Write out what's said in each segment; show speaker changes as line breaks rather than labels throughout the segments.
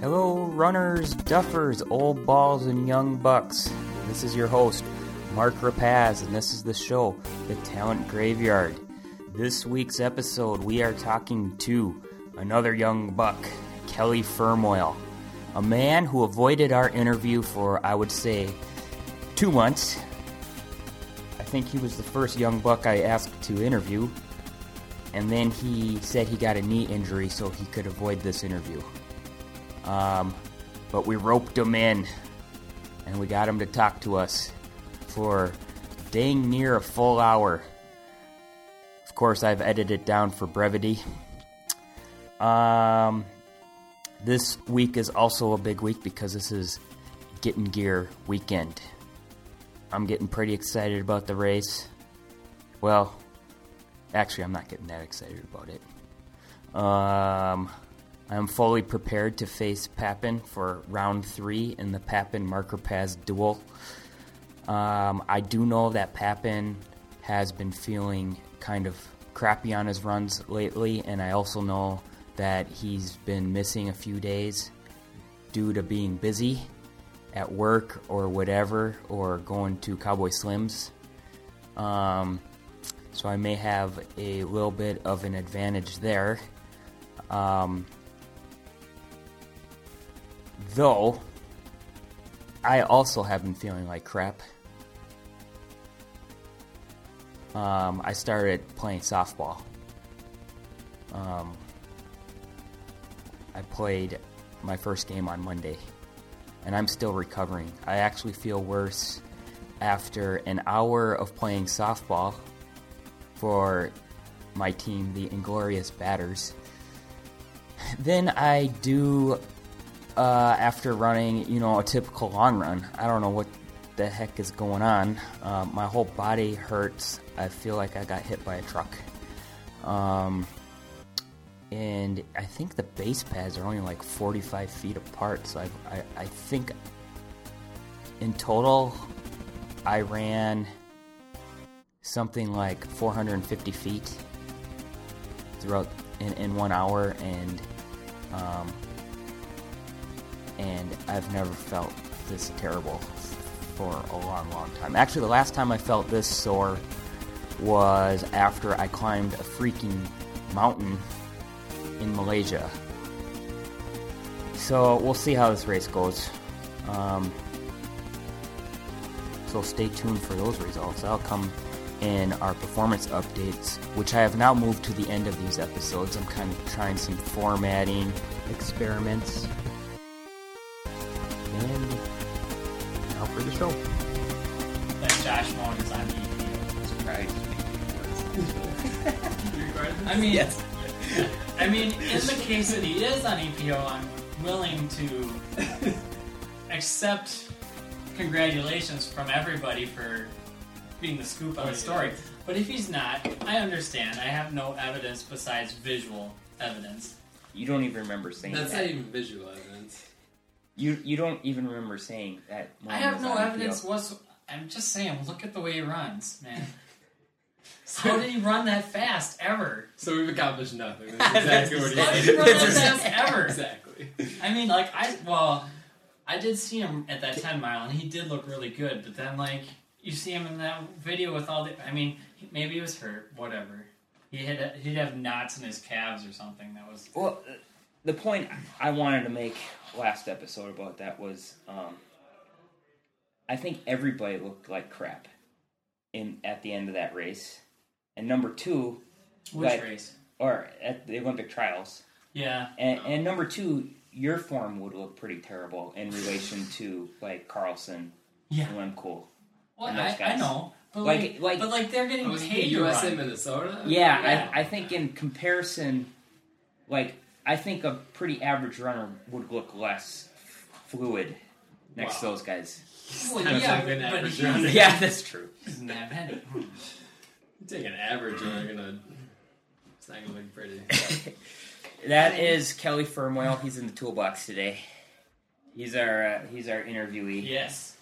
Hello, runners, duffers, old balls, and young bucks. This is your host, Mark Rapaz, and this is the show, The Talent Graveyard. This week's episode, we are talking to another young buck, Kelly Firmoil, a man who avoided our interview for, I would say, two months. I think he was the first young buck I asked to interview, and then he said he got a knee injury so he could avoid this interview. Um, but we roped him in, and we got him to talk to us for dang near a full hour. Of course, I've edited it down for brevity. Um, this week is also a big week because this is Getting Gear weekend. I'm getting pretty excited about the race. Well, actually, I'm not getting that excited about it. Um, I'm fully prepared to face Pappin for round three in the Pappin Marker Paz duel. Um, I do know that Pappin has been feeling kind of crappy on his runs lately, and I also know that he's been missing a few days due to being busy at work or whatever, or going to Cowboy Slim's. Um, so I may have a little bit of an advantage there. Um, though, I also have been feeling like crap. Um, I started playing softball. Um, I played my first game on Monday, and I'm still recovering. I actually feel worse after an hour of playing softball for my team, the Inglorious Batters. Then I do uh, after running, you know, a typical long run. I don't know what the heck is going on. Uh, my whole body hurts. I feel like I got hit by a truck. Um, and I think the base pads are only like 45 feet apart. So I, I, I think in total, I ran something like 450 feet throughout in, in one hour, and um, and I've never felt this terrible for a long, long time. Actually, the last time I felt this sore was after I climbed a freaking mountain in Malaysia. So we'll see how this race goes. Um, so stay tuned for those results. That'll come in our performance updates, which I have now moved to the end of these episodes. I'm kind of trying some formatting experiments. And now for the show.
that Josh Vaughn is on E the EPO. It's probably just making it worse. I mean, yes. I mean, in the case that he is on EPO, I'm willing to accept congratulations from everybody for being the scoop on the story. But if he's not, I understand. I have no evidence besides visual evidence.
You don't even remember saying
That's
that.
not even visual evidence.
You you don't even remember saying that.
I
Mom
have
was
no
on the
evidence
field.
what's. I'm just saying, look at the way he runs, man. How did he run that fast ever?
So we've accomplished nothing. That's exactly what
How did
he
he run that
did.
fast ever?
exactly.
I mean, like I well, I did see him at that ten mile, and he did look really good. But then, like you see him in that video with all the, I mean, he- maybe he was hurt, whatever. He had he'd have knots in his calves or something. That was
Well, uh, the point I wanted to make last episode about that was, um, I think everybody looked like crap in at the end of that race, and number two,
which
Like-
race?
or at the Olympic trials,
Yeah,
and, and number two, your form would look pretty terrible in relation to like Carlson,
Yeah.
Lemko.
well,
And those
I, I
guys.
know, but
Like-
like,
like-
but like they're
It
getting
was the
paid to
USA
run.
Minnesota.
Yeah,
Yeah.
I, I think in comparison, like I think a pretty average runner would look less fluid next to
Wow.
those guys.
Well,
Kind of
yeah,
like an
but
average
he's-
runner.
Yeah, that's true.
he's not bad.
You Take an average, or you're gonna. It's not gonna look pretty.
That is Kelly Firmwell. He's in the toolbox today. He's our uh, he's our interviewee.
Yes.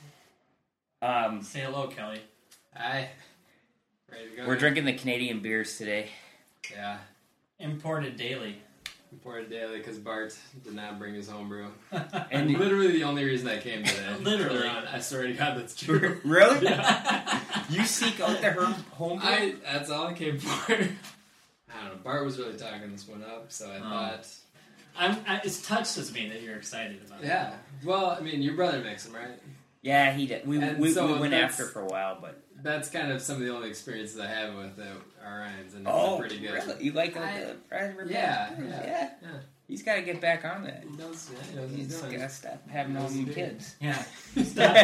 Um,
Say hello, Kelly.
I. Ready to go?
we're drinking the Canadian beers today.
Yeah.
Imported daily.
Poured daily because Bart did not bring his homebrew.
And-
literally the only reason I came today.
Literally.
Turn around. I swear to God, that's true.
Really?
Yeah.
You seek out the her home.
I that's all I came for. I don't know. Bart was really talking this one up, so I
Oh.
thought,
I'm, I, it's touches me that you're excited about. it.
yeah. Well, I mean, your brother makes them, right?
yeah, he did. We,
And
we,
so
we went
that's-
after for a while, but
That's kind of some of the only experiences I have with the Orions, and
oh,
they're pretty good.
really? You like
I-
the private repairs?
Yeah, yeah, yeah.
He's got to get back on that.
He knows, yeah, he knows what
He's
he's
got to stop having all
Those
them
big-
kids.
Yeah.
well,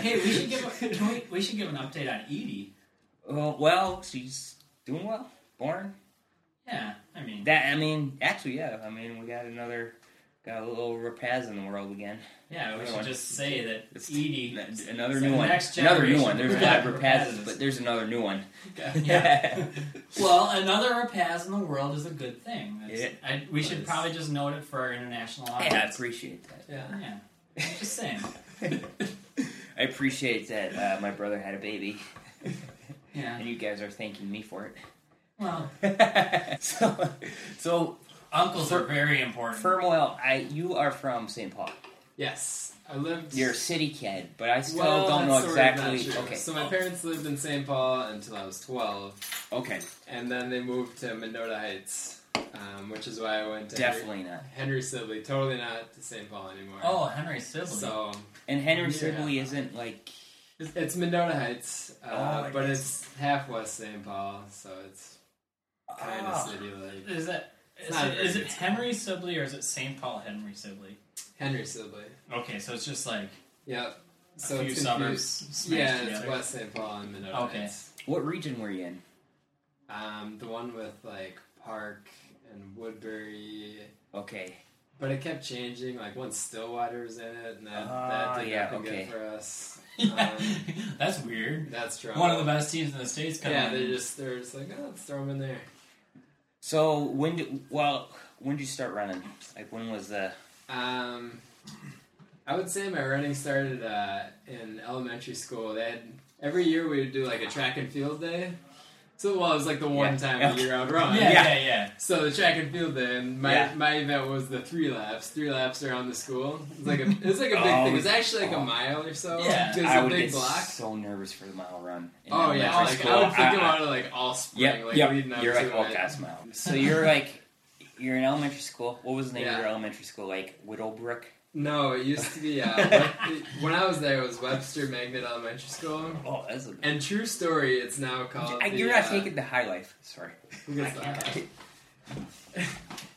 Hey, we should give a, can we, we should give an update on Edie.
well, she's doing well. Born.
Yeah, I mean,
That I mean, actually, yeah. I mean, we got another, got a little rapaz in the world again.
yeah, we
another
should
one.
just say that E
It's-
Edie.
Another
So
new
the
one.
next
Another new
generation
one. There's a
of
lot of
rapazes.
rapazes, but there's another new one.
Okay.
Yeah. Well, another rapaz in the world is a good thing. That's,
Yeah.
I, we should
Nice.
probably just note it for our international
Hey, I
audience.
appreciate that.
Yeah.
Yeah, I'm just saying.
I appreciate that uh, my brother had a baby,
Yeah.
and you guys are thanking me for
Well,
it. so, so
uncles
For-
are very important.
Firmwell, I you are from St. Paul.
Yes, I lived.
You're a city kid, but I still
well,
don't know
that's sort of not
exactly.
true.
Okay,
So my parents lived in St. Paul until I was twelve,
okay,
and then they moved to Mendota Heights, um, which is why I went to
definitely not.
Henry, Henry Sibley. Totally not to St. Paul anymore.
oh, Henry Sibley.
so
And Henry
Yeah.
Sibley isn't like
it's Mendota Heights, uh,
Oh, it
but
is.
it's half West St. Paul, so it's kind of
Ah.
city like
is it
It's
is
not
it,
very
is it
good.
Henry Sibley or is it St. Paul Henry Sibley?
Henry Sibley.
Okay, so it's just like
Yep.
a
So
few
it's
suburbs
confused.
smashed
Yeah, it's
together.
West St. Paul and Mendota
Okay.
Heights.
What region were you in?
Um, the one with like Park and Woodbury.
Okay,
But it kept changing. Like once Stillwater was in it, and that,
Ah,
that did
yeah,
nothing
okay.
good for us.
Yeah,
Um,
that's weird.
that's true.
One of the best teams in the states coming.
Yeah,
in.
they're just they're just like, oh, let's throw them in there.
so when did well when did you start running? Like when was the
Um, I would say my running started uh, in elementary school. They had, every year we would do like a track and field day. So well, it was like the one
Yeah.
time
Yeah.
a year I'd run.
yeah,
Yeah.
yeah, yeah.
So the track and field day, and my
Yeah.
my event was the three laps, three laps around the school. It was like a it was like a big
Oh,
thing. It was actually like
oh.
a mile or so.
Yeah.
it was
I
a
would
big
get
block.
so nervous for the mile run. in
Oh yeah,
elementary
like,
school.
I would think
I-
about it like all spring,
Yep,
like
yep.
leading up
You're
to
like, oh,
it.
God's mile. So you're like, you're in elementary school. What was the name of
Yeah.
your elementary school? Like Whittlebrook?
No, it used to be uh, Web- when I was there. It was Webster Magnet Elementary School.
Oh, that's a.
And true story, it's now called.
I,
the,
you're not
uh,
taking the high life. Sorry.
who gets
I
that?
can't.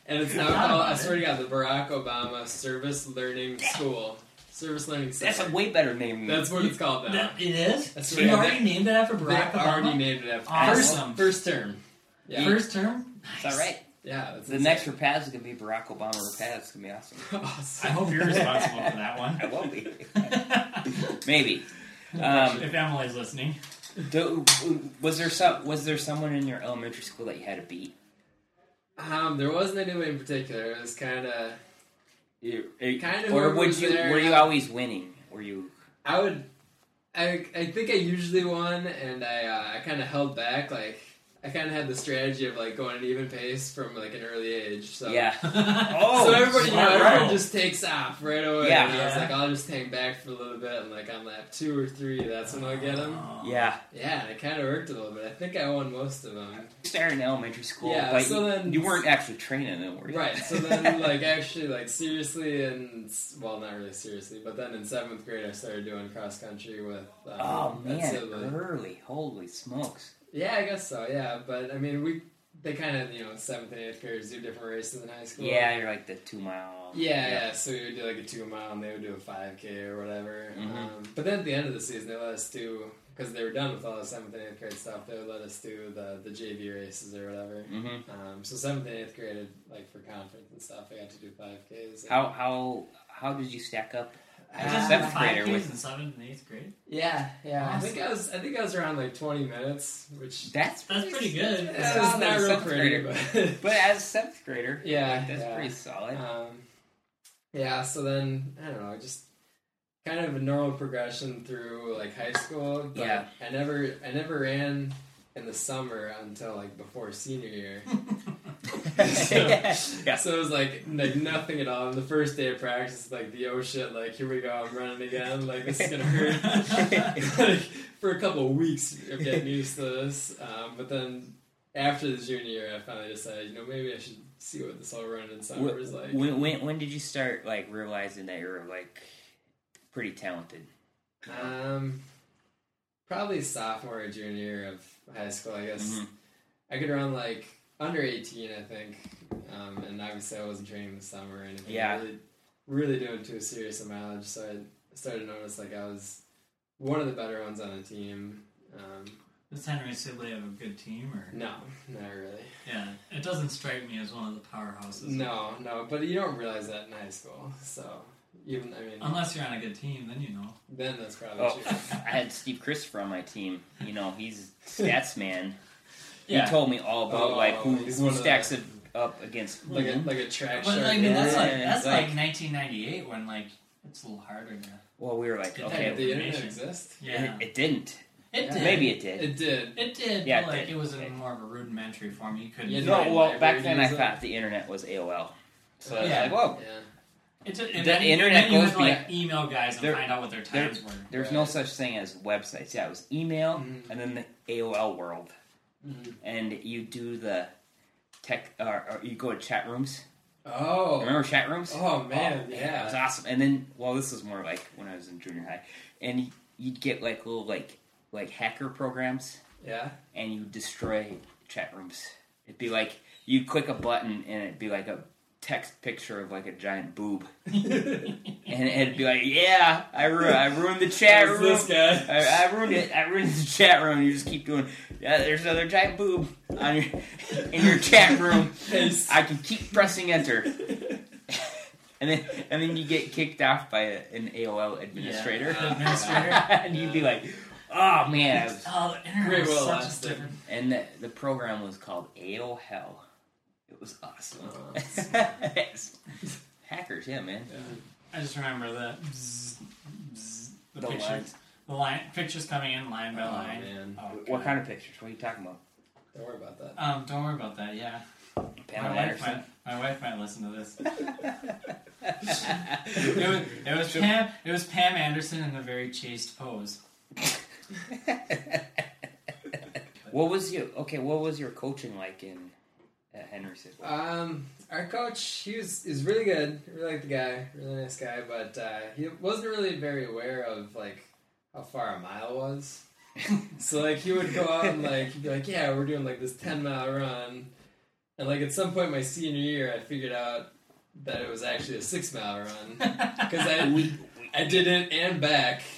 And it's
I
now
thought
called.
about
I swear to God, the Barack Obama Service Learning School, Service Learning Center.
That's a way better name. than-
That's what it's called now.
That- it is.
That's
you
right.
already named it after
They
Barack Obama.
already named it after
Awesome.
first first term. Yeah,
First term.
It's all right.
yeah. That's
The next Rapaz is gonna be Barack Obama Rapaz. It's gonna be awesome.
I
awesome.
hope you're responsible for that
I
one.
will be. Maybe. Um,
if Emily's listening,
do, was there some? Was there someone in your elementary school that you had to beat?
Um, there wasn't anybody in particular. It was kind of.
You- or
Kinda whoever
would
was
you?
there, uh,
were you
yeah.
always winning? Were you?
I would. I, I think I usually won, and I uh, I kind of held back. Like I kind of had the strategy of like going at an even pace from like an early age. So
Yeah.
oh,
So everybody, you know,
smart.
everyone just takes off right away.
Yeah.
And I was
Yeah.
like, I'll just hang back for a little bit, and like on lap two or three, that's when I'll get them.
Oh.
Yeah.
Yeah, and it kind of worked a little bit. I think I won most of them.
Started in elementary school.
Yeah,
but
so
you,
then-
you weren't actually training them, were you?
Right. So then, like, uh, actually, like, seriously, and well, not really seriously, but then in seventh grade, I started doing cross country with. Um,
Oh
at
man,
Sibley.
early. Holy smokes.
Yeah, I guess so. Yeah, but I mean, we they kind of you know seventh and eighth graders do different races in high school.
Yeah, you're like the two mile.
Yeah, yeah. So we would do like a two mile, and they would do a five k or whatever.
Mhm.
Um, but then at the end of the season, they let us do because they were done with all the seventh and eighth grade stuff. They would let us do the the JV races or whatever.
hmm
Um, so seventh and eighth grade, like for conference and stuff, I got to do five ks.
How how how did you stack up? Uh,
I just did
seventh
five
grader
kids
with-
in seventh and eighth grade.
Yeah, yeah. I
Awesome.
think I was I think I was around like twenty minutes, which
That's
That's pretty good.
yeah,
That's
it was
solid
not
as a
real
seventh
pretty, but
But as a seventh grader,
Yeah,
like, that's
yeah.
pretty solid.
Um, yeah, so then I don't know, just kind of a normal progression through like high school. But
Yeah.
I never I never ran in the summer until like before senior year.
Yeah.
So it was like like nothing at all. And the first day of practice, like the oh shit, like here we go, I'm running again. Like this is gonna hurt. like, for a couple of weeks of getting used to this, um, but then after the junior year, I finally decided, you know, maybe I should see what this all run in summer is like.
When, when when did you start like realizing that you're like pretty talented?
Um, probably sophomore or junior year of high school, I guess.
Mhm.
I could run like under 18, I think. Um, and obviously, I wasn't training the summer or anything.
Yeah.
Really, really doing too serious of mileage. So I started to notice like I was one of the better ones on the team. Um,
Does Henry Sibley have a good team? Or
no, not really.
yeah, it doesn't strike me as one of the powerhouses.
No, no. But you don't realize that in high school. So even, I mean,
Unless you're on a good team, then you know.
then that's probably
Oh,
true.
I had Steve Christopher on my team. You know, he's stats man.
Yeah.
He told me all about
Oh,
like who,
he's
who
one of the-
stacks it up against who.
Like a, like a track
But
shark.
I mean, that's
yeah,
like
it's
that's like,
like-
1998 when like it's a little harder. To,
well, we were like,
Did
okay,
that-
the internet
information.
exist?
yeah,
it, it didn't.
it,
yeah.
did.
Maybe it did.
It did.
it did.
Yeah,
but,
it
like
did.
it was in more of a rudimentary form. You couldn't.
You
do
no,
it.
know,
well,
like,
back
we're
then I
using-
thought the internet was AOL. So I was
Yeah.
like, whoa,
Yeah.
It just,
The
and then you-
internet
then you
goes
would, like email guys and
There-
find out what their
there-
times were.
there's no such thing as websites. Yeah, it was email
Mhm.
and then the AOL world.
Mhm.
And you do the tech, uh, or, or you go to chat rooms.
Oh.
Remember chat rooms?
Oh man,
Oh, it was
yeah.
awesome. And then, well, this was more like when I was in junior high, and you'd get like little like like hacker programs,
Yeah.
and you destroy chat rooms. It'd be like you click a button, and it'd be like a text picture of like a giant boob, and it'd be like, yeah, I ru- I ruined the chat
Who's
room.
this guy.
I, I ruined it. I ruined the chat room. You just keep doing. Yeah, there's another giant boob on your in your chat room.
Face.
I can keep pressing enter. And then, and then you get kicked off by a, an AOL Uh, administrator,
Yeah.
Administrator.
and you'd be like, "Oh man!" I was,
Oh, the internet
Great
was
Will
such a
Austin.
different.
and the, the program was called AOL Hell. It was awesome.
Oh,
Hackers, yeah, man.
I just remember the bzz, bzz, the,
The
pictures,
lines.
the line pictures coming in line by
Oh,
line.
man.
Oh,
What
God.
kind of pictures? What are you talking about?
Don't worry about that.
Um, don't worry about that. Yeah,
Pamela
my wife
Anderson.
might, my wife might listen to this. It was, it was Pam. It was Pam Anderson in a very chaste pose.
What was your okay? What was your coaching like in at Henry Sibley?
Um, our coach, he was, he was really good. I Really like the guy. Really nice guy, but uh, he wasn't really very aware of like how far a mile was. So like he would go out and like he'd be like, yeah, we're doing like this ten mile run, and like at some point my senior year, I figured out that it was actually a six mile run because I I did it and back.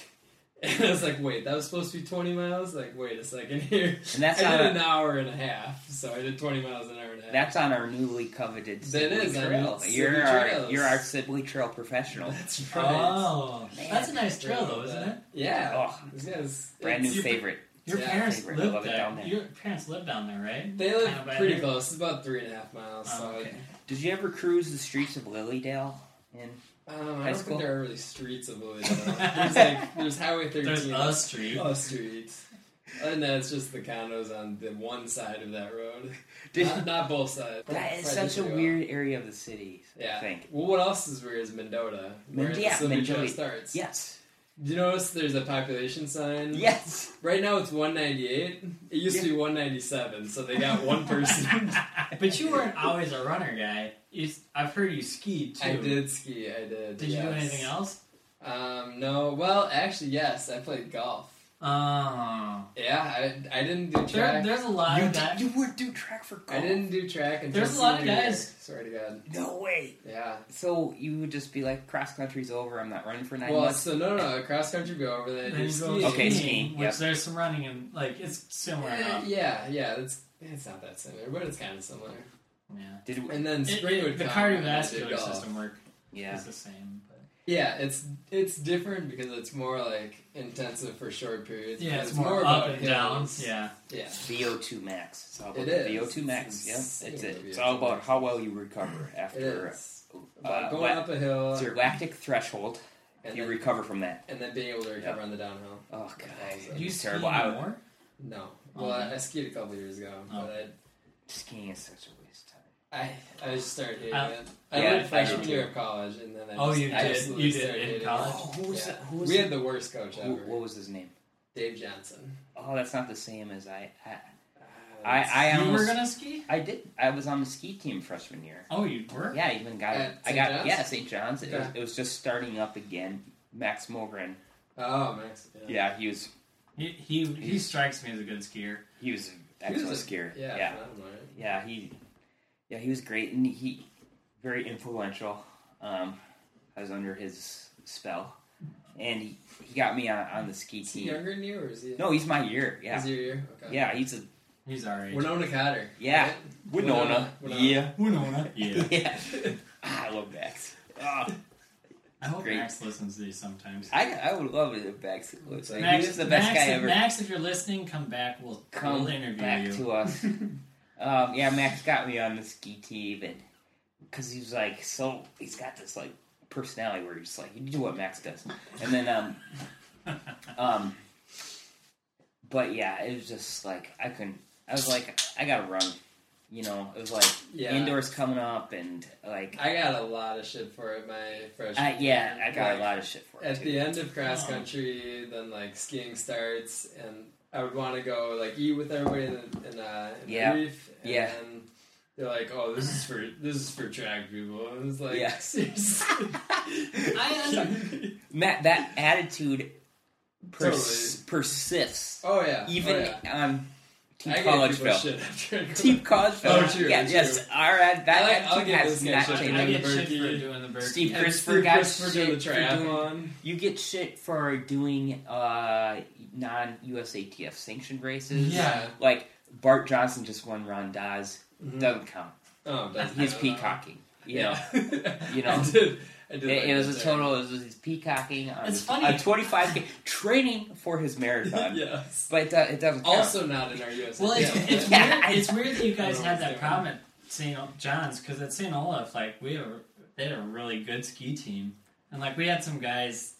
And I was like, wait, that was supposed to be 20 miles? Like, wait a second here.
And that's
I
not
uh,
did
a-
an hour and a half, so I did 20 miles an hour and a half.
That's on our newly coveted
That
Sibley
is on
Trail.
the
You're
Sibley
our,
Trails.
you're our Sibley Trail professional.
That's right.
Oh,
Man.
that's a nice trail though, isn't it?
Yeah.
Oh.
This guy's-
Brand new
it's-
favorite.
Your
Yeah,
parents
favorite. I
lived
love it
there.
down there.
Your parents lived down there, right?
They
Kind
live
of by
pretty
there?
close. It's about three and a half miles.
Oh,
so
okay.
Did you ever cruise the streets of Lilydale? In
um, I
High
don't
school?
think there are really streets of Louisville. there's, like, there's Highway 13.
There's a street.
a street. And then it's just the condos on the one side of that road.
Did-
not, not both sides.
that is
Probably
such a
pretty well.
weird area of the city. I
Yeah.
think.
Well, what else is weird is Mendota, where
Mend-
the
yeah,
Silver Trail
Mendota.
starts.
Yes.
Do you notice there's a population sign?
Yes.
Right now it's 198. It used to be 197, so they got one person.
But you weren't always a runner guy. You, s- I've heard you skied too.
I did ski. I did.
Did you do
yes.
anything else?
Um, no. Well, actually, yes. I played golf.
Oh,
Yeah, I, I didn't do
there,
track.
there's a lot
You
of that.
did, you would do track for
I
golf.
didn't do track until
There's a lot of
senior year.
guys.
Swear to God.
No way.
Yeah.
So you would just be like, cross country's over. I'm not running for nine
Well,
months.
so no, no, no. Cross country go over there.
Then you
Do
go
skiing.
Okay, skiing.
which
yep.
there's some running and like it's similar
Eh,
enough.
yeah, yeah. It's it's not that similar, but it's kind of similar.
Yeah.
Did we,
And then
It-
spring
it-
would
the
come and I did
cardiovascular
golf.
system work
yeah.
is the same. But
Yeah, it's it's different because it's more like intensive for short periods.
yeah,
because
it's, more, up
about
and
hills.
down. Yeah.
yeah.
VO2 max. It's all about
It
the
is.
VO2 max.
It's
Yeah, that's
insane
it.
what
It's
VO2
all about
max
how well you recover
It
after
is
uh,
about going
la-
up a hill
it's your lactic threshold.
and,
You
then,
recover from that.
and then being able to recover on the downhill.
Oh god,
Yeah.
it's
You
terrible.
ski
I would-
more?
No, well,
Oh.
I, I skied a couple years ago,
Oh.
but
skiing is such a waste of time.
I, I I just started hating
I-
it. I
Uh, yeah,
did
I
freshman
did
year of college, and then I
Oh,
just
you did.
absolutely
You did
started
in
hating it.
college?
Oh, who was
Yeah.
that? Who was
We
that?
had the worst coach
Who-
ever,
what was his name?
Dave Johnson.
Oh, that's not the same as I. I I,
Uh,
I
you were
almost
gonna ski?
I did. I was on the ski team freshman year.
Oh, you were.
Yeah, I even got.
At
I
St.
got.
John's?
Yeah, St. John's. It, was,
Okay.
it was just starting up again. Max Mogren.
oh, Max.
Yeah, he was.
He, he he strikes me as a good skier.
He was an
He was
excellent
a-
skier.
Yeah,
yeah,
phenomenal, right?
yeah. He, yeah, he was great, and he very influential. Um, I was under his spell, and he, he got me on, on the ski
Is he
team.
younger than you, or is he?
No, he's my year. Yeah,
Is he your year? Okay.
yeah. He's a
He's our age.
Winona Cotter.
Yeah.
right?
Winona.
Winona. Winona.
Yeah,
Winona. Yeah.
yeah. Ah, I love Max. Ah,
I hope
Great.
Max listens to these sometimes.
I I would love it if Max was like,
Max,
he was the best
Max,
guy ever.
Max, if you're listening, come back. We'll
come
we'll interview
back
you.
to us. um, yeah, Max got me on the ski team, and because he's like so, he's got this like personality where he's like, you do what Max does, and then um, um, but yeah, it was just like I couldn't. I was like, I gotta run. You know, it was like
Yeah.
indoors coming up, and like,
I got a lot of shit for it my freshman.
I, Uh, yeah,
year.
I got
Like,
a lot of shit for it.
At
too.
the end of cross
Oh.
country, then like skiing starts, and I would want to go like eat with everybody in, the, in, uh, in
Yeah.
the reef. And
Yeah.
Then they're like, "Oh, this is for this is for track people." And it's like,
Yeah.
seriously.
I-
Matt, that attitude pers- persists
oh yeah,
even
oh, yeah.
on Team
I get people
Collegeville.
shit after I go-
Team Collegeville.
Oh, true,
yeah,
true.
yes. All right, that
I like- I'll
attitude
give
has
this guy
not
shit.
I,
changed.
Doing
get
the
shit for
Berkey.
doing the Berkey.
Steve
And
Christopher
Steve
got
Christopher
shit
did the
for doing-
triathlon.
You get shit for doing uh, non-USATF sanctioned races.
Yeah.
Like Bart Johnson just won Rondaz.
Mhm.
Doesn't count.
Oh, doesn't
He's
matter.
peacocking. You know. you know.
I did. I did
It,
like
it was
that
a
there.
total. It was his peacocking. On
It's
his-
funny.
on 25k training for his marathon,
yes.
but it, do- it doesn't. Count.
Also not in our US.
Well, it's,
Yeah.
it's,
Yeah, I-
weird, it's weird that you guys
I
had
don't
that problem at St. John's because at St. Olaf, like we have, they had a really good ski team, and like we had some guys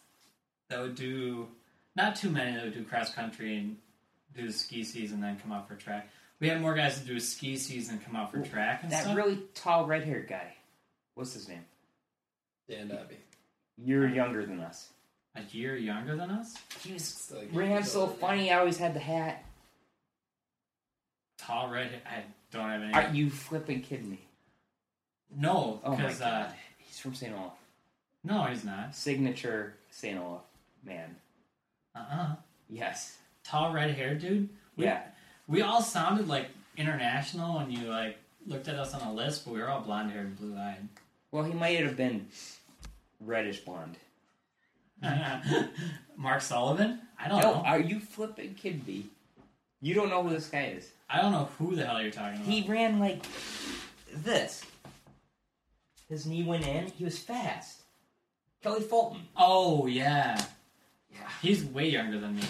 that would do not too many that would do cross country and do the ski season, then come out for track. We had more guys that do a ski season, come out for track and
that
stuff.
really tall red-haired guy. What's his name?
Dan Dobby.
You're younger than us.
a year younger than us,
He was
It's like-
ran so funny. I always had the hat.
tall red. I don't have any.
Are you flipping kidding me?
no,
Oh my
because uh,
god, he's from Saint Olaf.
no, he's not.
Signature Saint Olaf man.
Uh uh
Yes.
Tall red haired dude. We-
Yeah.
We all sounded like international when you like looked at us on a list, but we were all blonde haired and blue eyed.
Well, he might have been reddish blonde.
Mark Sullivan? I don't
No,
know.
are you flipping kidding me? You don't know who this guy is.
I don't know who the hell you're talking about.
He ran like this. His knee went in. He was fast. Kelly Fulton.
oh yeah.
Yeah.
He's way younger than me.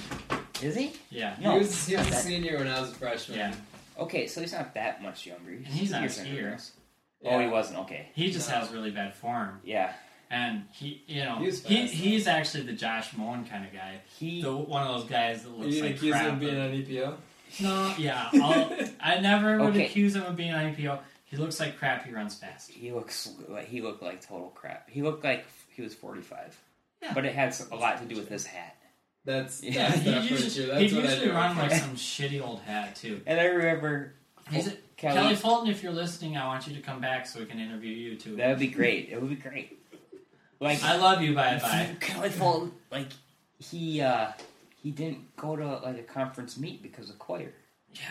Is he?
Yeah.
No.
he was, he was a
that-
senior when I was a freshman.
Yeah.
Okay, so he's not that much younger.
And he's not a
years younger than
skier.
us. Oh, he wasn't. Okay.
He just
No.
has really bad form.
Yeah.
And he you know
He was
he,
fast.
he's actually the Josh Moen kind of guy.
He.
The, one of those guys that
You
looks
didn't
like
accuse him
crap.
of being E on EPO?
No, yeah. I'll, I never would
Okay.
accuse him of being an IPO. He looks like crap, he runs fast.
He looks like he looked like total crap. He looked like he was forty five,
Yeah.
but it had s- a lot to do with his hat.
That's,
Yeah,
that's
he
not for
usually,
sure.
he'd
That's what I
usually
do.
run like some shitty old hat too.
And I remember
He's
Fult-
Kelly,
Kelly.
Fulton, if you're listening, I want you to come back so we can interview you too.
That would be great. It would be great. Like
I love you, bye bye.
Kelly Fulton, like he uh he didn't go to like a conference meet because of choir.
yeah.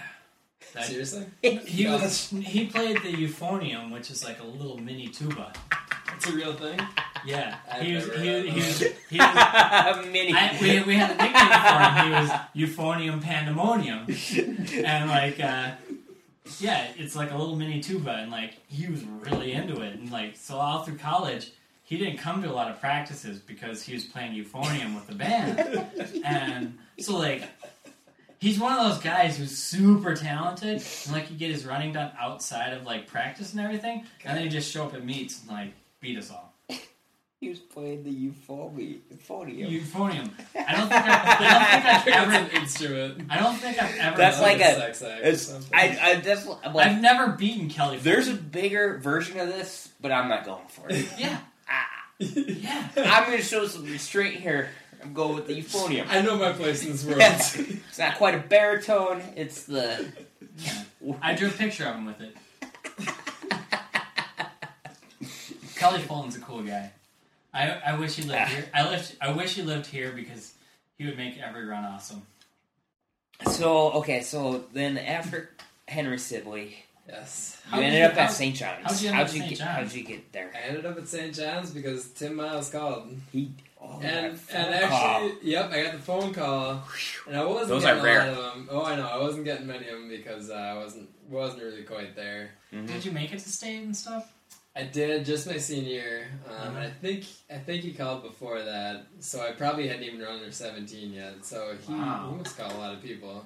That,
Seriously?
he was he played the euphonium, which is like a little mini tuba.
It's a real thing?
Yeah,
I've
he was
never
he,
heard
was- he
of
was
that.
he was.
Mini.
I, we, we had a nickname for him. He was euphonium pandemonium, and like uh, yeah, it's like a little mini tuba, and like he was really into it, and like so all through college. He didn't come to a lot of practices because he was playing euphonium with the band. And so, like, he's one of those guys who's super talented, and like, you get his running done outside of like practice and everything, and then he just show up at meets and like beat us all.
He was playing the euphony. euphonium.
euphonium. I don't think I've, I don't think I've
It's
ever.
an instrument.
I don't think I've ever.
That's
Not
like a-
sex act or
It's,
something.
I, I just, I'm like,
I've never beaten Kelly.
there's a bigger version of this, but I'm not going for it.
Yeah.
Ah,
Yeah.
I'm going to show some restraint here. I'm going with the euphonium.
I know my place in this world.
It's not quite a baritone. It's the.
I drew a picture of him with it. Kelly Fulton's a cool guy. I, I wish he
Ah.
lived here. I lived. I wish he lived here because he would make every run awesome.
So okay, so then after Henry Sibley,
yes.
How
you
did
ended
you-
up at
how-
St. John's.
how'd you end up at St.
get?
John's?
How'd you get there?
I ended up at St. John's because Tim Miles called.
He oh, that
And
phone
and
call.
actually, yep, I got the phone call, and I wasn't
Those are
getting
rare.
a lot of them. Oh, I know, I wasn't getting many of them because uh, I wasn't wasn't really quite there.
Did you make it to state and stuff?
I did just my senior year. Um, and
Mm-hmm.
I
Mhm.
think I think he called before that, so I probably hadn't even run under seventeen yet. So he,
Wow.
he must call a lot of people.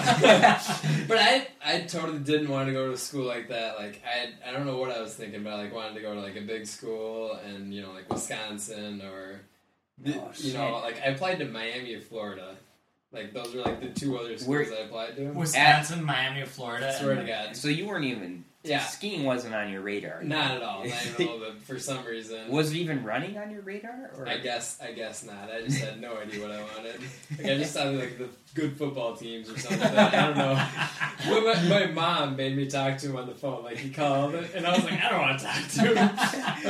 I
But I I totally didn't want to go to a school like that. Like I I don't know what I was thinking, but I like wanted to go to like a big school and you know like Wisconsin or the-
Oh,
you
shit.
know like I applied to Miami or Florida. Like those were like the two other schools
Where-
I applied to.
Wisconsin, Miami, Florida.
Swear to
and-
God,
So you weren't even
Yeah.
skiing wasn't on your radar.
not at all. Not even a little bit. For some reason,
Was it even running on your radar? Or
I guess I guess not. I just had no idea what I wanted. Like I just sounded like the good football teams or something. I don't know. Well, my, my mom made me talk to him on the phone. Like he called, and I was like, I don't want to talk to him.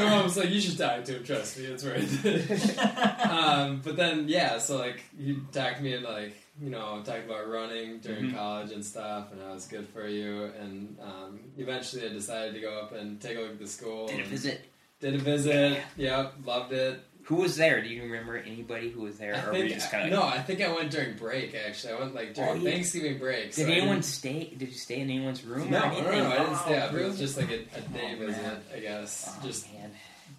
My mom was like, you should talk to him. Trust me, it's worth it. Um, but then yeah, so like he talked me into like you know talked about running during
Mhm.
college and stuff, and I was good for you. And um, eventually, I decided to go up and take a look at the school.
did a
and
visit?
Did a visit. Yep, loved it.
Who was there? Do you remember anybody who was there,
I
or were
think-
you just kind of?
no, I think I went during break. Actually, I went like during
Oh, yeah.
Thanksgiving
Did
break. so I
anyone
didn't-
stay? Did you stay in anyone's room?
No,
or
no,
anything?
no, no, I didn't
Oh,
stay up. It
really?
was just like a, a day
Oh,
visit,
man.
I guess.
Uh-huh.
Oh,
just
man.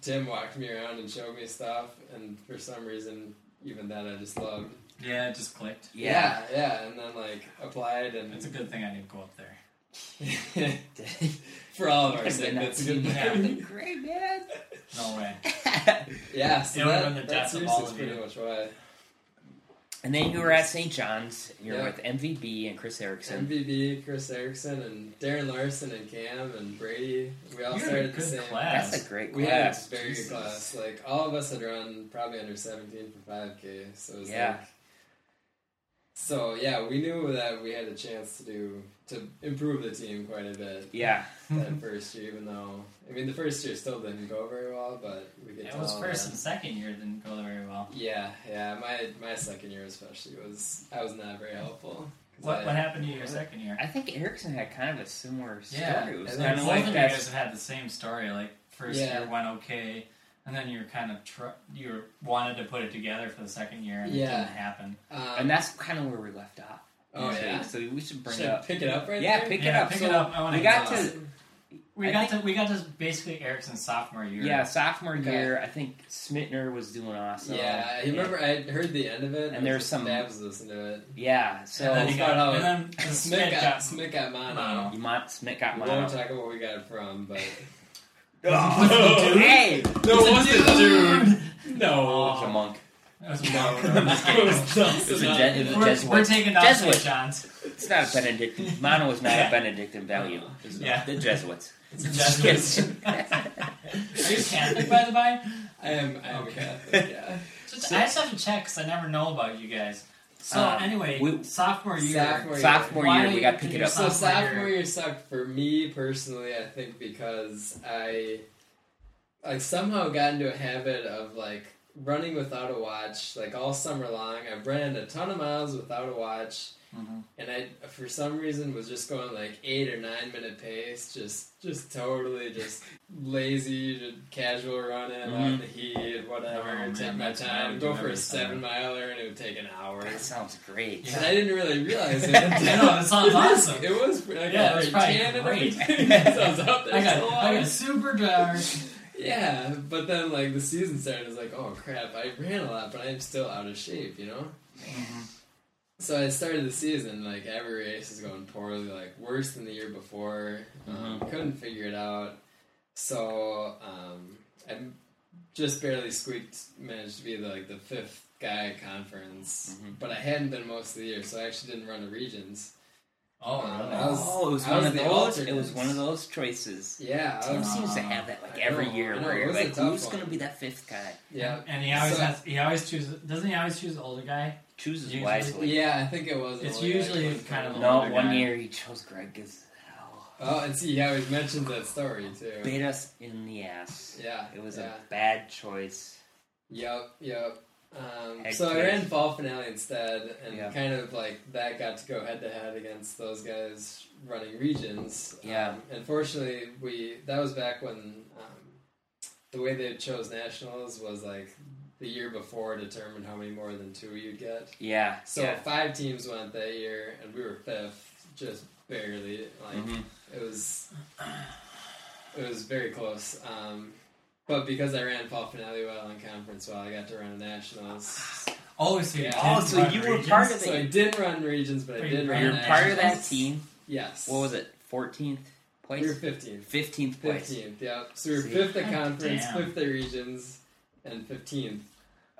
Tim walked me around and showed me stuff, and for some reason, even that I just loved.
Yeah, it just clicked.
Yeah.
yeah, and then like applied
It's a
and
good thing I didn't go up there.
for all of our
Could've
sake,
been
that's a
not seen
good thing.
that. Great man.
No way.
Yeah, so
It would've been the
that,
death
that
of
seriously
all
is
of
pretty
you.
much why
And then you were at St. John's. You're
Yeah.
with MVB and Chris Erickson.
MVB, Chris Erickson, and Darren Larson, and Cam, and Brady. We all
You had a
started the
good
same.
class.
That's a great
We had
class.
a very
Jesus.
good class. Like all of us had run probably under seventeen for five k. So it was
Yeah.
like. So yeah, we knew that we had a chance to do to improve the team quite a bit
Yeah.
that first year. Even though I mean, the first year still didn't go very well, but we could
It
tell.
was first and
that-
second year didn't go very well.
yeah, yeah. My my second year especially was I was not very helpful. 'Cause
What
I-
what happened to your second year?
I think Erickson had kind of a similar story.
Yeah,
it was
and then
kind of
Both
like
of you
that.
guys have had the same story. Like first
Yeah.
year went okay, and then you're kind of tr- you were- wanted to put it together for the second year, and it
Yeah.
didn't happen.
Um,
And that's kind of where we left off.
oh
So-
yeah.
So we should bring
Should I
up.
pick it up right
Yeah,
there?
pick
yeah,
it up.
Pick
so
it up. I want
we got
to.
to
We
I
got to. We got to basically Erickson's sophomore year.
yeah sophomore
Okay.
year. I think Smitner was doing awesome.
yeah, I remember I heard the end of it,
And there's
I
some-
Babs listened to it.
Yeah.
and then,
So
he
That's about
got,
how
and
it-
then the
Smith
Smith
got,
got.
Smith got mono.
Mono.
you might Smith got
We won't
mine.
talk about where we got it from, but
Oh,
hey,
no,
It's a dude.
No,
Oh, it's a monk.
That was a
no,
mono.
no, no. It's
It's a
not-
gen- it's a
We're,
Jesuit.
we're taking down
Jesuit.
St. John's.
It's not a Benedictine. Mono was not a Benedictine value. It's
Yeah.
The Jesuits.
It's a Jesuit. Are you Catholic, by the by?
I am. I am
Okay.
a Catholic. Yeah.
Just- I just have to check because I never know about you guys. So
Um,
anyway,
we-
sophomore year.
Uh, Sophomore year.
Sophomore
Why
year, we got to
did
pick it
you
up.
sign-
So
Sophomore year.
sophomore year sucked for me personally. I think because I like somehow got into a habit of like running without a watch like all summer long. I've ran a ton of miles without a watch.
Mhm.
And I, for some reason, was just going like eight or nine minute pace, just just totally just lazy, just casual running out in the heat, whatever.
Mm-hmm. Oh, man,
take my
that's what I
time,
would
go
do
for a
every
seven miler, and it would take an hour.
That sounds great.
Yeah.
And I didn't really realize it.
I know that sounds
It is-
awesome.
It was. I got
Yeah, it was
very
probably
tan and
great.
everything. So I was out there
I
so
got,
long.
I got a super driver.
Yeah, but then like the season started, I was like, oh crap, I ran a lot, but I'm still out of shape, you know.
Mm-hmm.
So I started the season like every race was going poorly, like worse than the year
Mm-hmm.
before. Um, Couldn't figure it out, so um, I just barely squeaked managed to be the, like the fifth guy at conference,
Mm-hmm.
but I hadn't been most of the year, so I actually didn't run the regions.
Oh,
Uh,
really?
I was-
oh, it was
I
one
was
of
the
those. It
alternate.
was one of those choices.
Yeah, I
Team
was,
seems to have that like
I
every
know,
year,
I know,
where
it
you're
was a
like,
tough
who's
one.
going to be that fifth guy?
yeah,
And he always
So-
has. He always chooses. Doesn't he always choose the older guy?
Chooses
Usually-
wisely.
yeah. I think it was. an
It's
old guy
usually
that was
kind of
running.
an
No,
older
one
guy.
year he chose Greg Gazelle.
Oh, and see, he always mentions that story too.
Bit us in the ass.
Yeah,
It was
yeah.
a bad choice.
Yep, yep. Um,
Head
so I
case.
ran fall finale instead, and
Yeah.
kind of like that got to go head to head against those guys running regions.
Yeah.
Um, unfortunately, we that was back when um, the way they chose nationals was like the year before determined how many more than two you'd get.
Yeah.
So
yeah.
five teams went that year, and we were fifth, just barely. Like
Mhm.
it was, it was very close. Um, but because I ran fall finale well and conference well, I got to run nationals.
Oh, so you,
Yeah.
did
Oh, so
run
you were
regions?
part of
So I did run regions, but I
Wait,
did
you
run.
You're part of that
nationals.
team.
Yes.
What was it? 14th
We were
place?
fifteenth.
15th place.
Fifteenth. Yep. So we were
See?
fifth at
God
conference,
damn.
fifth at regions, and fifteenth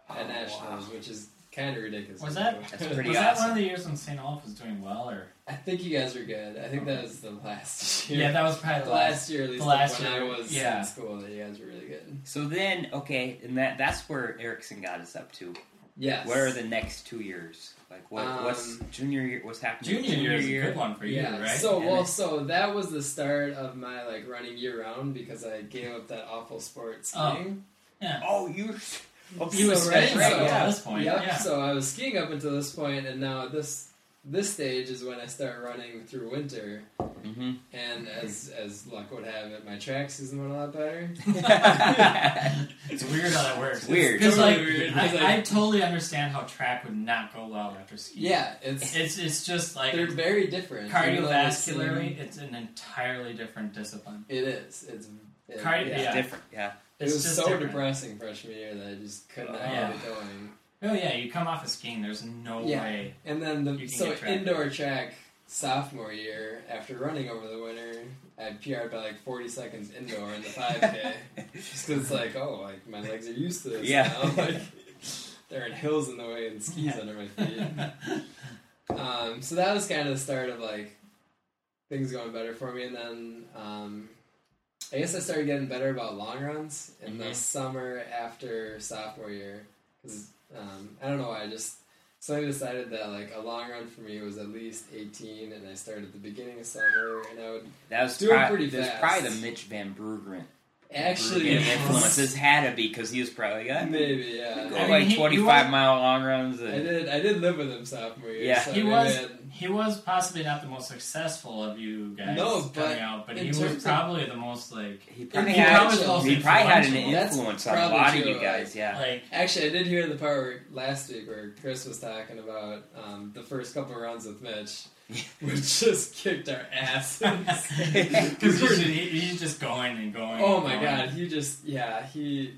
Oh,
at nationals,
wow.
which is kind of ridiculous.
Was that-
That's pretty
was that
awesome.
one of the years when St. Olaf was doing well, or
I think you guys were good. I think that was the last year.
yeah, that was probably
The last year, at least
the last
when
year,
I was
yeah.
in school, that you guys were really good.
So then, okay, and that that's where Erickson got us up to.
Yes.
What are the next two years? Like what what's
Um,
junior year what's happening?
Junior, year is a good one for you,
yeah.
right?
So
And
well,
it-
so that was the start of my like running year round because I gave up that awful sport
Oh.
skiing.
Oh, you
you were
so,
right,
right, so-
at this point.
Yep.
Yeah.
So I was skiing up until this point, and now at this this stage is when I start running through winter.
mm-hmm.
And as as luck would have it, my track season went a lot better.
It's weird how that works.
It's weird.
Because like,
Totally weird. It's like-
I, I totally understand how track would not go well after skiing.
Yeah, it's
It's it's just like
they're very different. Even though they're
cardiovascularly,
same-
it's an entirely different discipline.
it is. It's it-
Cardi-
yeah.
yeah.
different. Yeah.
It
It's
was
just
so
different. Uh,
depressing freshman year that I just could not
Yeah.
get it going.
Oh yeah, you come off of skiing. There's no
Yeah.
way.
And then
You
the
can
so
get track.
indoor track sophomore year after running over the winter, I PR'd by like 40 seconds indoor in the 5K. just because it's like, oh, like my legs are used to this
Yeah.
now. Like, there aren't hills in the way and skis
Yeah.
under my feet. Um, so that was kind of the start of like things going better for me, and then um, I guess I started getting better about long runs in the
Mhm.
summer after sophomore year. Because um, I don't know why, I just suddenly decided that like a long run for me was at least eighteen, and I started at the beginning of summer, and I would
That was
Doing
prob-
pretty
that was
fast.
probably the Mitch Van Bruggen
actually
Yes.
influences had to be because he was probably got
maybe
go
I
yeah.
mean,
like
he- you
twenty
are-
five mile long runs
I
and
did. I did live with him sophomore year.
Yeah.
so
He
maybe
was-
I had-
He was possibly not the most successful of you guys
No, but
coming out, but
in
he was
terms of-
probably the most like
he
And
probably
he
had
probably was also
he probably had an
influential.
That's
influence on a
probably
lot of
true,
you
like-
guys. Yeah.
like
Actually, I did hear the part where, last week where Chris was talking about um, the first couple of rounds with Mitch, which just kicked our asses.
because he's, just- he- he's just going and going.
oh
and
my
going.
god, he just yeah he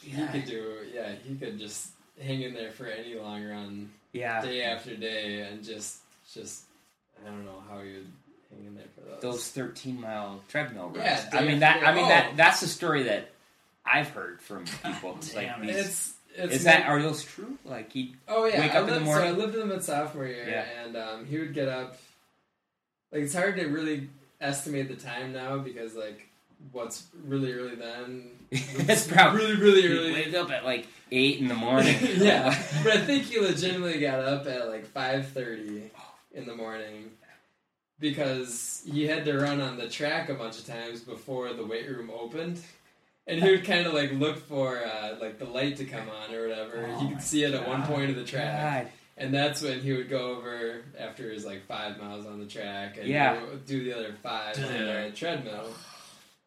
he
Yeah.
could do yeah he could just hang in there for any long run
Yeah.
day after day and just just I don't know how he would hang in there for those.
those 13 mile treadmill runs.
Yeah,
I mean
damn
that. I
sure.
mean
Oh.
that. That's the story that I've heard from people. It's like
Damn it.
these,
it's it's
is that are those true? Like he.
Oh yeah,
Wake
I
up in the
lived-
morning?
So I lived with him in sophomore year,
Yeah.
and um, he would get up. Like it's hard to really estimate the time now because like what's really early then.
it's probably
really really
he
early.
wake up at like eight in the morning.
yeah, but I think he legitimately got up at like five thirty in the morning because he had to run on the track a bunch of times before the weight room opened. And he would kind of like look for uh, like the light to come on or whatever.
Oh
he
my
could see it at one
God.
point of the track.
God.
And that's when he would go over after his like five miles on the track and
Yeah.
do- do the other five
Do the
on
other-
the treadmill.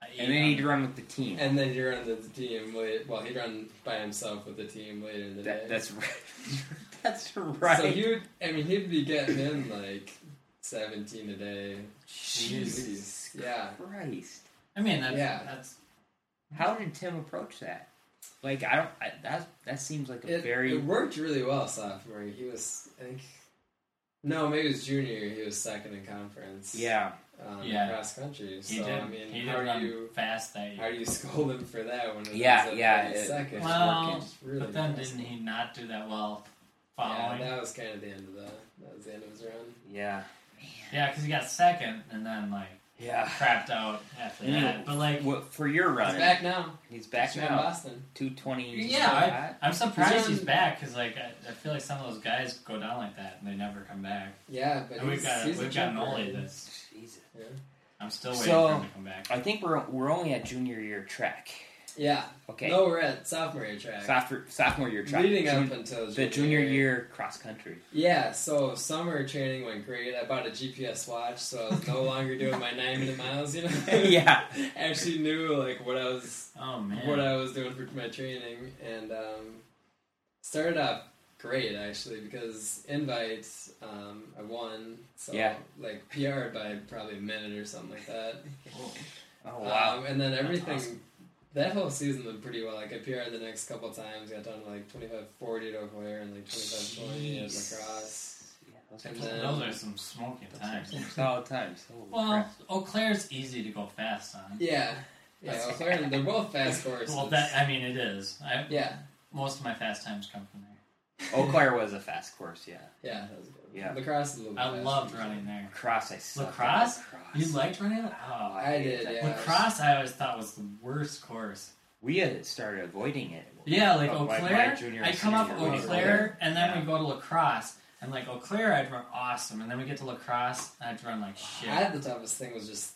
I eat
And then
on
he'd
it.
run with the team.
And then he'd run the team late. Well, he'd run by himself with the team later in the day.
That, that's right. that's right.
So he would, I mean, he'd be getting in like 17 a day.
Jesus
Yeah.
Christ!
I mean, that's,
Yeah.
that's
How did Tim approach that? Like I don't. I, that that seems like a
It,
very.
it worked really well sophomore. year. He was, I think, no, maybe it was junior year. He was second in conference.
yeah.
um,
Yeah.
cross country. So
He did.
I mean,
he did
how
run
do you
fast that
how
year.
do you scold him for that when it
Yeah,
was
yeah,
It,
it-
seconds
Well,
working? It's really
but then
fast.
didn't he not do that well
Yeah,
following?
that was kind of the end of the that was the end of his run.
Yeah.
Yeah, because he got second and then like
Yeah.
crapped out after
Yeah.
that. But like,
Well, for your run,
He's back now.
he's back
He's from
now.
Boston.
Two twenty.
Yeah, I'm surprised
He's
he's,
on-
back because like I, I feel like some of those guys go down like that and they never come back.
Yeah, but
And we've
he's,
got
he's a
we've got
jumper.
Noli that's
Jesus.
I'm still waiting
So-
for him to come back.
I think we're we're only at junior year track.
Yeah.
Okay.
No, we're at sophomore year track.
Sophomore, sophomore year track.
Leading
Jun-
up until
the junior year cross country.
Yeah, so summer training went great. I bought a GPS watch, so I was no longer doing my nine minute miles. You know,
yeah.
actually knew like what I was
Oh man,
what I was doing for my training, and um, started off great actually because invites um, I won, so
Yeah.
like PR'd by probably a minute or something like that.
Cool.
Oh wow.
Um, and then everything,
awesome.
that whole season went pretty well. Like, I PR'd the next couple times, got down to like 25 40 at Eau Claire and like 25 20 at
Jeez.
lacrosse.
Yeah,
And
those are
then-
those are some smoking
some-
times.
those are some solid times. Holy
Well,
crap.
Eau Claire's easy to go fast on.
Yeah. Yeah, Eau Claire, and they're both fast courses.
Well, that I mean, it is. I,
Yeah,
most of my fast times come from there.
Eau Claire was a fast course. Yeah.
yeah. That was good.
Yeah.
Lacrosse is a little bit
I
faster.
loved running there.
Lacrosse, I sucked at
Lacrosse?
Lacrosse.
You liked running? Oh,
I
hated
did,
that.
yeah.
lacrosse. I always thought was the worst course.
We had started avoiding it.
Yeah, like
Oh,
Eau
my- my
Claire.
junior
I
and
come up
senior
Eau
year.
Claire, and then
Yeah.
we go to lacrosse. And like Eau Claire, I'd run awesome, and then we get to lacrosse, and I'd run like shit.
I had the toughest thing was just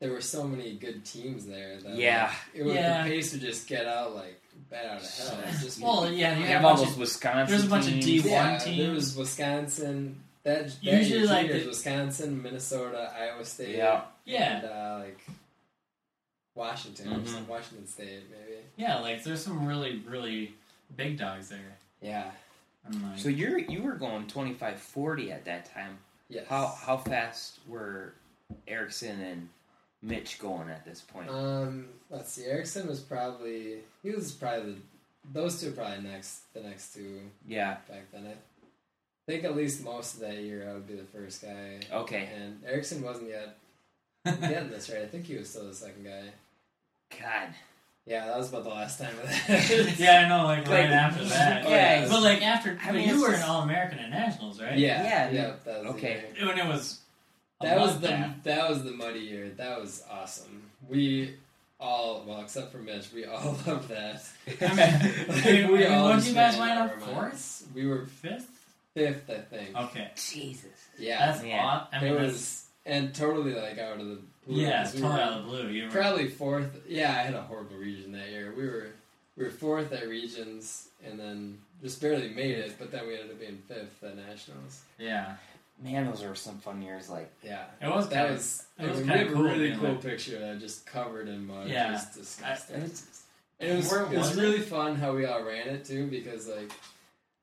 there were so many good teams there that
Yeah.
like, it would
Yeah.
the pace would just get out like bad out of hell. It's just
well, yeah,
You
you had
have
a
all
bunch
those
of,
Wisconsin.
there's a bunch of
teams.
D1
yeah, there
teams.
was Wisconsin. That, that
Usually,
year,
like,
juniors,
the-
Wisconsin, Minnesota, Iowa State,
Yeah.
yeah,
and uh, like Washington, or
Mhm.
something, Washington State, maybe.
yeah. Like there's some really, really big dogs there.
Yeah.
I'm like,
So you're you were going 25-40 at that time.
Yes.
How how fast were Erickson and Mitch going at this point?
Uh,
Um, let's see. Erickson was probably he was probably the, those two were probably next the next two
yeah.
back then. I think at least most of that year I would be the first guy.
Okay.
And Erickson wasn't yet getting this right. I think he was still the second guy.
God.
Yeah, that was about the last time of that.
yeah, I know. Like,
Like,
right after that,
yeah.
but like after,
I
but
mean,
you
it's
were
just-
an All American at Nationals, right?
Yeah.
Yeah,
yeah, that was the
okay.
year.
when it was. a
That was the
bloodbath.
that was the muddy year. That was awesome. We all well, except for Mitch, we all loved that.
I mean,
Like,
I mean,
all
what'd
just
you guys
ran
line
out
up
of our minds.
fourth,
We were
fifth?
fifth, I think.
Okay,
Jesus.
Yeah,
Oh, that's
Yeah.
aw- I mean,
it
that's-
was and totally like out of the blue.
yeah,
'cause we
totally
were
out of the blue. You were,
Probably fourth. Yeah, I had a horrible region that year. We were we were fourth at regions, and then just barely made it. But then we ended up being fifth at nationals.
yeah,
Man, those were some fun years. Like
Yeah,
it was.
that
kinda-
was.
it was
I mean,
kinda
we have
cool,
a really
man,
cool
like-
picture that just covered in mud.
Yeah.
just disgusting.
I-
And it was,
Where
it was
was it?
really fun how we all ran it too because like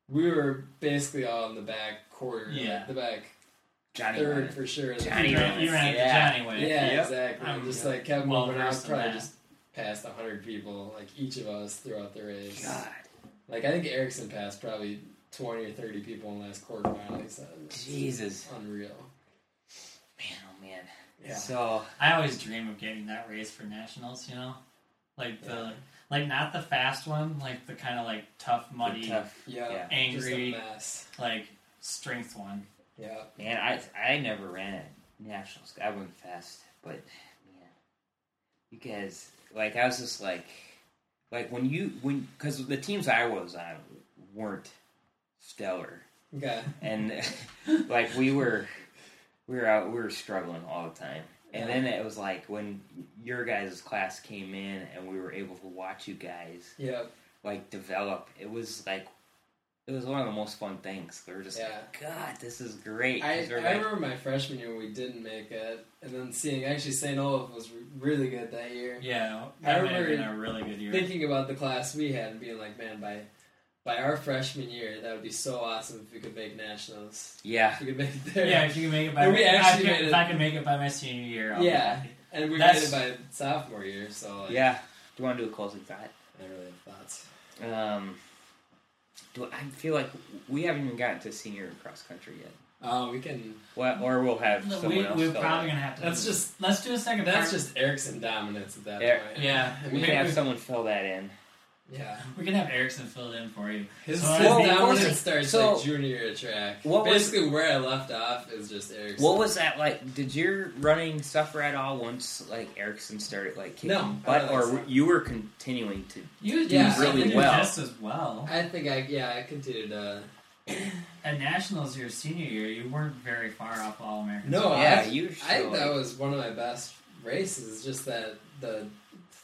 we were basically all in the back quarter, like,
Yeah.
the back
Johnny.
third
Lennon.
for sure. and the
Johnny
you
front.
ran, you ran it
Yeah.
the Johnny way.
Yeah,
Yep.
exactly.
I'm
just like kept
Um, well
moving out,
versed in
probably
that.
just passed hundred people, like each of us throughout the race.
God.
Like I think Erickson passed probably twenty or thirty people in the last quarterfinal. So it's
Jesus.
unreal.
Man, oh man.
Yeah.
So
I always dream of getting that race for nationals. You know, like the
Yeah.
like not the fast one, like the kind of like tough, muddy,
tough.
Yeah,
Yeah.
Angry.
just a mess.
like strength one.
Yeah,
Man, I I never ran at nationals. I went fast, but man, you guys like I was just like, like when you when because the teams I was on weren't stellar,
okay,
and like we were we were out we were struggling all the time. And then it was like when your guys' class came in and we were able to watch you guys
yeah,
like develop. It was like it was one of the most fun things. We were just
Yeah.
like, God, this is great.
I, I
'Cause we were like,
remember my freshman year we didn't make it, and then seeing actually St. Olaf was re- really good that year.
Yeah,
I
that might have been
remember
a really good year.
Thinking about the class we had and being like, man, by by our freshman year, that would be so awesome if we could make nationals.
yeah,
If we could make it there.
yeah, if you can make it by
And we
if I
actually
can-
made
if
it.
I can make it by my senior year, I'll be
Yeah.
happy.
and we
That's-
made it by sophomore year, so like,
yeah. Do you want to do a closing thought?
I really have thoughts.
Um,
Do I feel like we haven't even gotten to senior cross country yet?
Oh, we can.
Well, or we'll have someone
we, we're
else.
probably
fill
gonna
in.
have to.
That's
do-
just
let's do a second. part.
that's just Erickson dominance at that
Er-
point.
yeah.
I
We
mean,
can have
we-
someone fill that in.
Yeah.
We can have Erickson fill it in for you.
His,
So
his
I think-
dominance starts
So-
like junior at track.
What was-
Basically, where I left off is just Erickson.
What was that like? Did your running suffer at all once like Erickson started like kicking
No, I don't
butt,
think
or
so.
were- you were continuing to?
You
Yeah,
do something
really
to
well.
Just as well.
I think I yeah I continued. Uh,
At nationals, your senior year, you weren't very far off all American.
no,
yeah,
Oh, I,
you. Were
I
still,
think that
like-
was one of my best races. Just that the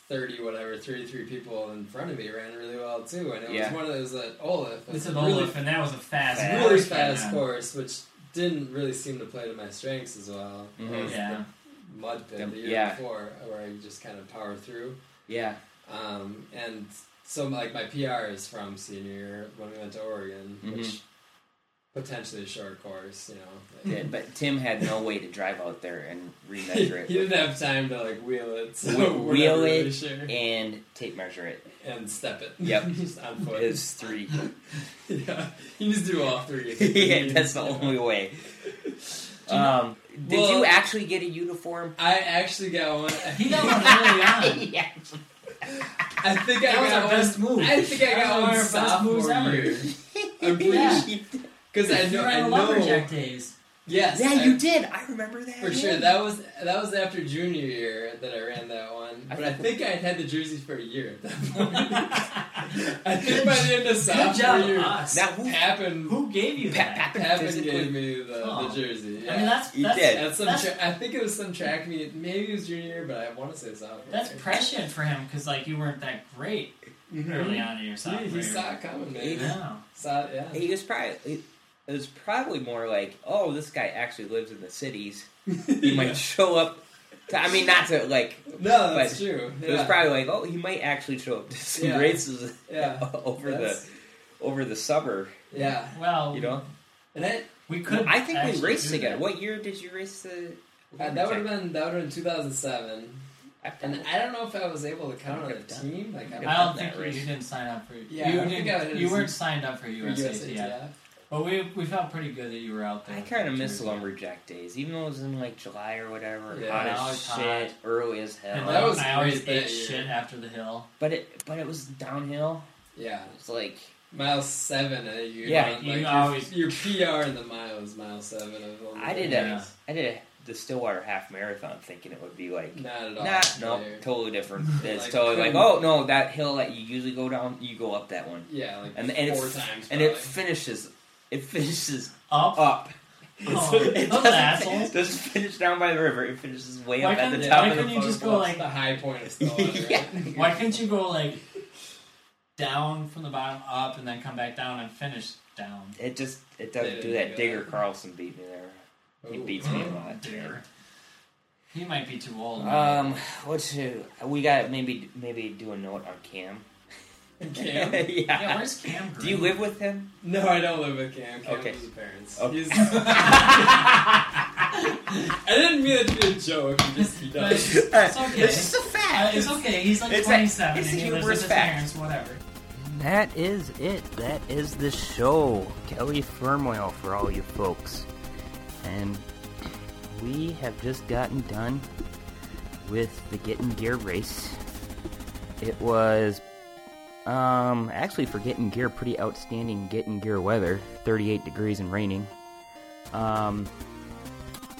thirty whatever thirty three people in front of me ran really well too, and it
Yeah.
was one of those at Olaf.
It's
It's
an
really
Olaf, and that was a fast,
Fast.
course
really
for
fast
them.
course, which didn't really seem to play to my strengths as well.
Mhm.
It was the
Yeah.
mud pit
The-
the year
yeah.
before, where I just kind of power through.
yeah,
Um, and so like my PR is from senior year when we went to Oregon,
Mm-hmm.
which potentially a short course, you know.
Yeah, but Tim had no way to drive out there and
he,
remeasure
he
it
didn't have time to like wheel it, so
Whe-
we're
wheel
not really
it
sure.
and tape measure it.
and step it.
Yep.
just on foot.
Is three.
yeah, you just do all three.
yeah, that's the only way. Um, did
Well-
you actually get a uniform?
I actually got one.
He got one early on.
yeah.
I think I
That was
got
our
one-
best move.
I think I
That
got
was
one
our best moves
sophomore
ever.
year. I'm pretty
Yeah.
sure. Because I know,
You're
I
on
know.
lumberjack days.
Yes,
Yeah,
I-
you did. I remember that.
For sure,
yeah.
that was that was after junior year that I ran that one. But I think I had had the jersey for a year at that point. I think by the end of
Good
sophomore
job,
year,
us.
Now who?
Papin
Who gave you
Pat-
that?
Papin
physically-
gave me the,
Oh.
the jersey. Yeah.
I mean, that's
You
that's,
did.
At some
that's,
tra- I think it was some track meet. Maybe it was junior year, but I want to say sophomore.
that's
year.
prescient for him because like you weren't that great
Mm-hmm.
early
Mm-hmm.
on in your sophomore
He, he
year.
saw it coming, man.
No.
Saw it, yeah.
He was probably. It was probably more like, oh, this guy actually lives in the cities. He might show up. To, I mean, not to like.
No, that's true.
It was
Yeah.
probably like, oh, he might actually show up to some
Yeah.
races
yeah.
over
That's-
the over the summer.
yeah.
Well,
You know,
And that
we could.
I think we
actually
raced
do
together.
that.
What year did you race the?
uh, that would have been that would have been 2007.
I
And
probably-
I don't know if I was able to count on
I
a
could've done-
team. Like,
could've
I
I
done
don't
that
think you,
race.
you didn't sign up for.
Yeah, I
you
don't think I
didn't.
would've
You weren't
seen-
signed up for
for USATF.
USATF. But we we felt pretty good that you were out there.
I kind of miss lumberjack days, even though it was in like July or whatever.
Yeah.
hot
Now
as
it's
shit, early as hell.
And
That was
I always
great
ate
that year.
shit after the hill.
but it, but it was downhill.
Yeah,
It was like
mile seven. I think you
Yeah,
went,
you
like, your-
always-
your, PR in the mile was mile seven. Of all the
I did a, I
Yeah.
did a Distillwater half marathon, thinking it would be like.
Not at all.
Nah, no,
There.
totally different. It's
Like,
totally like,
couldn't-
oh no, that hill that you usually go down, you go up that one,
Yeah, like
and and
four
it,
times.
and it
probably.
finishes, it finishes
Up.
up.
Oh,
it
those
doesn't,
assholes.
it doesn't finish down by the river. It finishes way
Why
up at the
couldn't-
top
why
of the
couldn't you just
fucking
go,
bluff.
like-
the high point of Stillwater. right?
Yeah.
Why couldn't you go like down from the bottom up and then come back down and finish down?
It just it doesn't
They
do
didn't
that.
do
Digger
that.
Carlson beat me there. He
Ooh.
beats me a lot.
Dare. He might be too old.
Uh,
Um, what should we got? Maybe maybe do a note on Cam.
Cam?
yeah,
yeah.
where's Cam? Green?
Do you live with him?
No, I don't live with Cam. Cam
Okay.
lives with his parents.
Okay.
He's- I didn't mean it to be a joke. He just he does.
It's okay.
It's just a
Uh,
fact.
it's okay. He's like
It's a-
27
it's a
and he lives with
humorous
his
fact.
parents. Whatever.
That is it. That is the show. Kelly Firmoil for all you folks. And we have just gotten done with the Getting Gear race. It was um actually for Getting Gear pretty outstanding Getting Gear weather, 38 degrees and raining. Um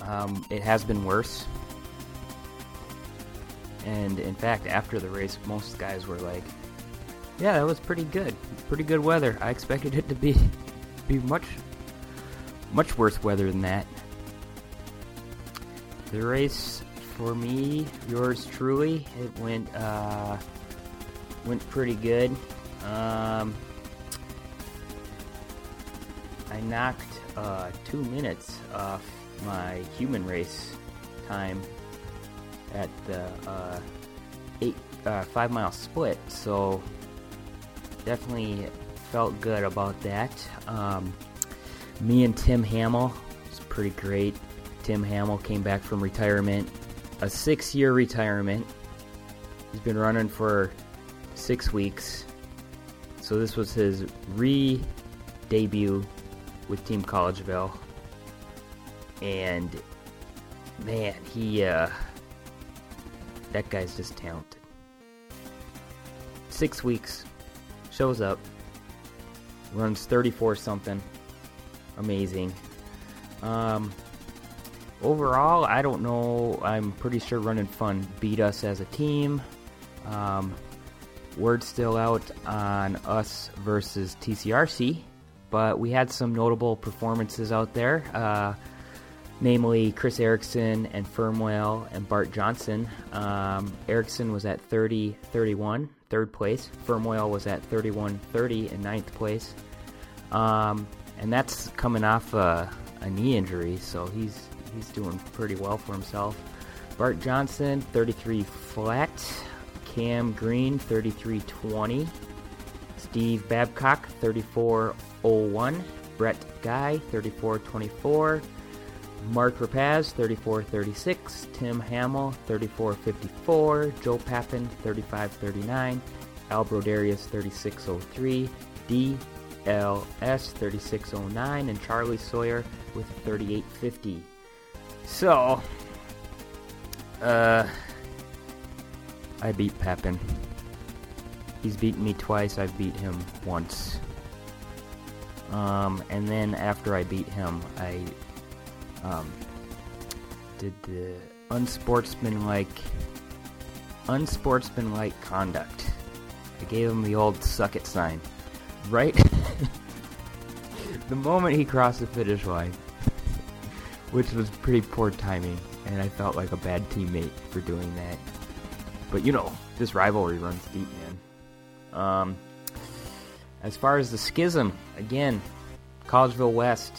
um, it has been worse. And in fact, after the race, most guys were like, yeah, that was pretty good. Pretty good weather. I expected it to be be much much worse weather than that. The race for me, yours truly, it went uh, went pretty good. Um, I knocked uh, two minutes off my human race time at the uh, eight uh, five mile split, so definitely felt good about that. Um, me and Tim Hamill was pretty great. Tim Hamill came back from retirement, a six year retirement. He's been running for six weeks. So this was his re debut with Team Collegeville, and man, he uh, that guy's just talented. Six weeks, shows up, runs 34 something, amazing. Um, overall, I don't know. I'm pretty sure Running Fun beat us as a team. Um, word's still out on us versus TCRC, but we had some notable performances out there, uh, namely Chris Erickson and Firmwell and Bart Johnson. Um, Erickson was at 30 31, third place. Firmwell was at 31 30 in ninth place. Um, and that's coming off a, a knee injury, so he's he's doing pretty well for himself. Bart Johnson, 33 flat. Cam Green, 3320. Steve Babcock, 3401. Brett Guy, 3424. Mark Rapaz, 3436. Tim Hamill, 3454. Joe Pappin, 3539. Al Broderius, 3603. DLS, 3609. And Charlie Sawyer with 3850. So, uh, I beat Pepin. He's beaten me twice, I've beat him once. Um, and then after I beat him, I um, did the unsportsmanlike unsportsmanlike conduct. I gave him the old suck it sign. Right the moment he crossed the finish line, which was pretty poor timing, and I felt like a bad teammate for doing that. But you know, this rivalry runs deep, man. Um, as far as the schism, again, Collegeville West,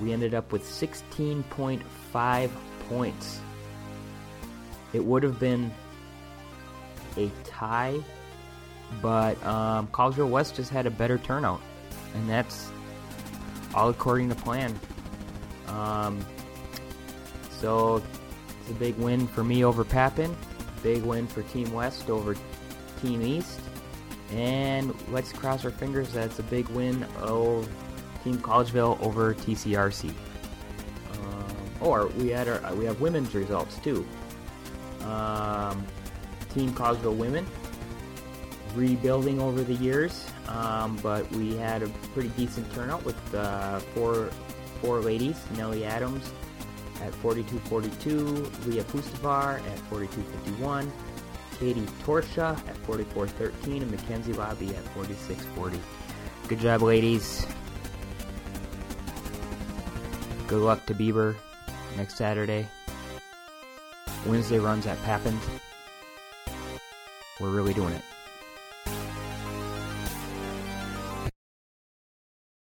we ended up with 16.5 points. It would have been a tie, but um, Collegeville West just had a better turnout, and that's all according to plan. Um, so it's a big win for me over Pappin, big win for Team West over Team East, and let's cross our fingers that's a big win of Team Collegeville over TCRC. Um, or we had our we have women's results too. Um, Team Collegeville women rebuilding over the years, um, but we had a pretty decent turnout with uh, four four ladies: Nellie Adams at 42.42, Leah Pustavar at 42.51, Katie Torsha at 44.13, and Mackenzie Lobby at 46.40. Good job, ladies. Good luck to Bieber next Saturday. Wednesday runs at Pappin. We're really doing it.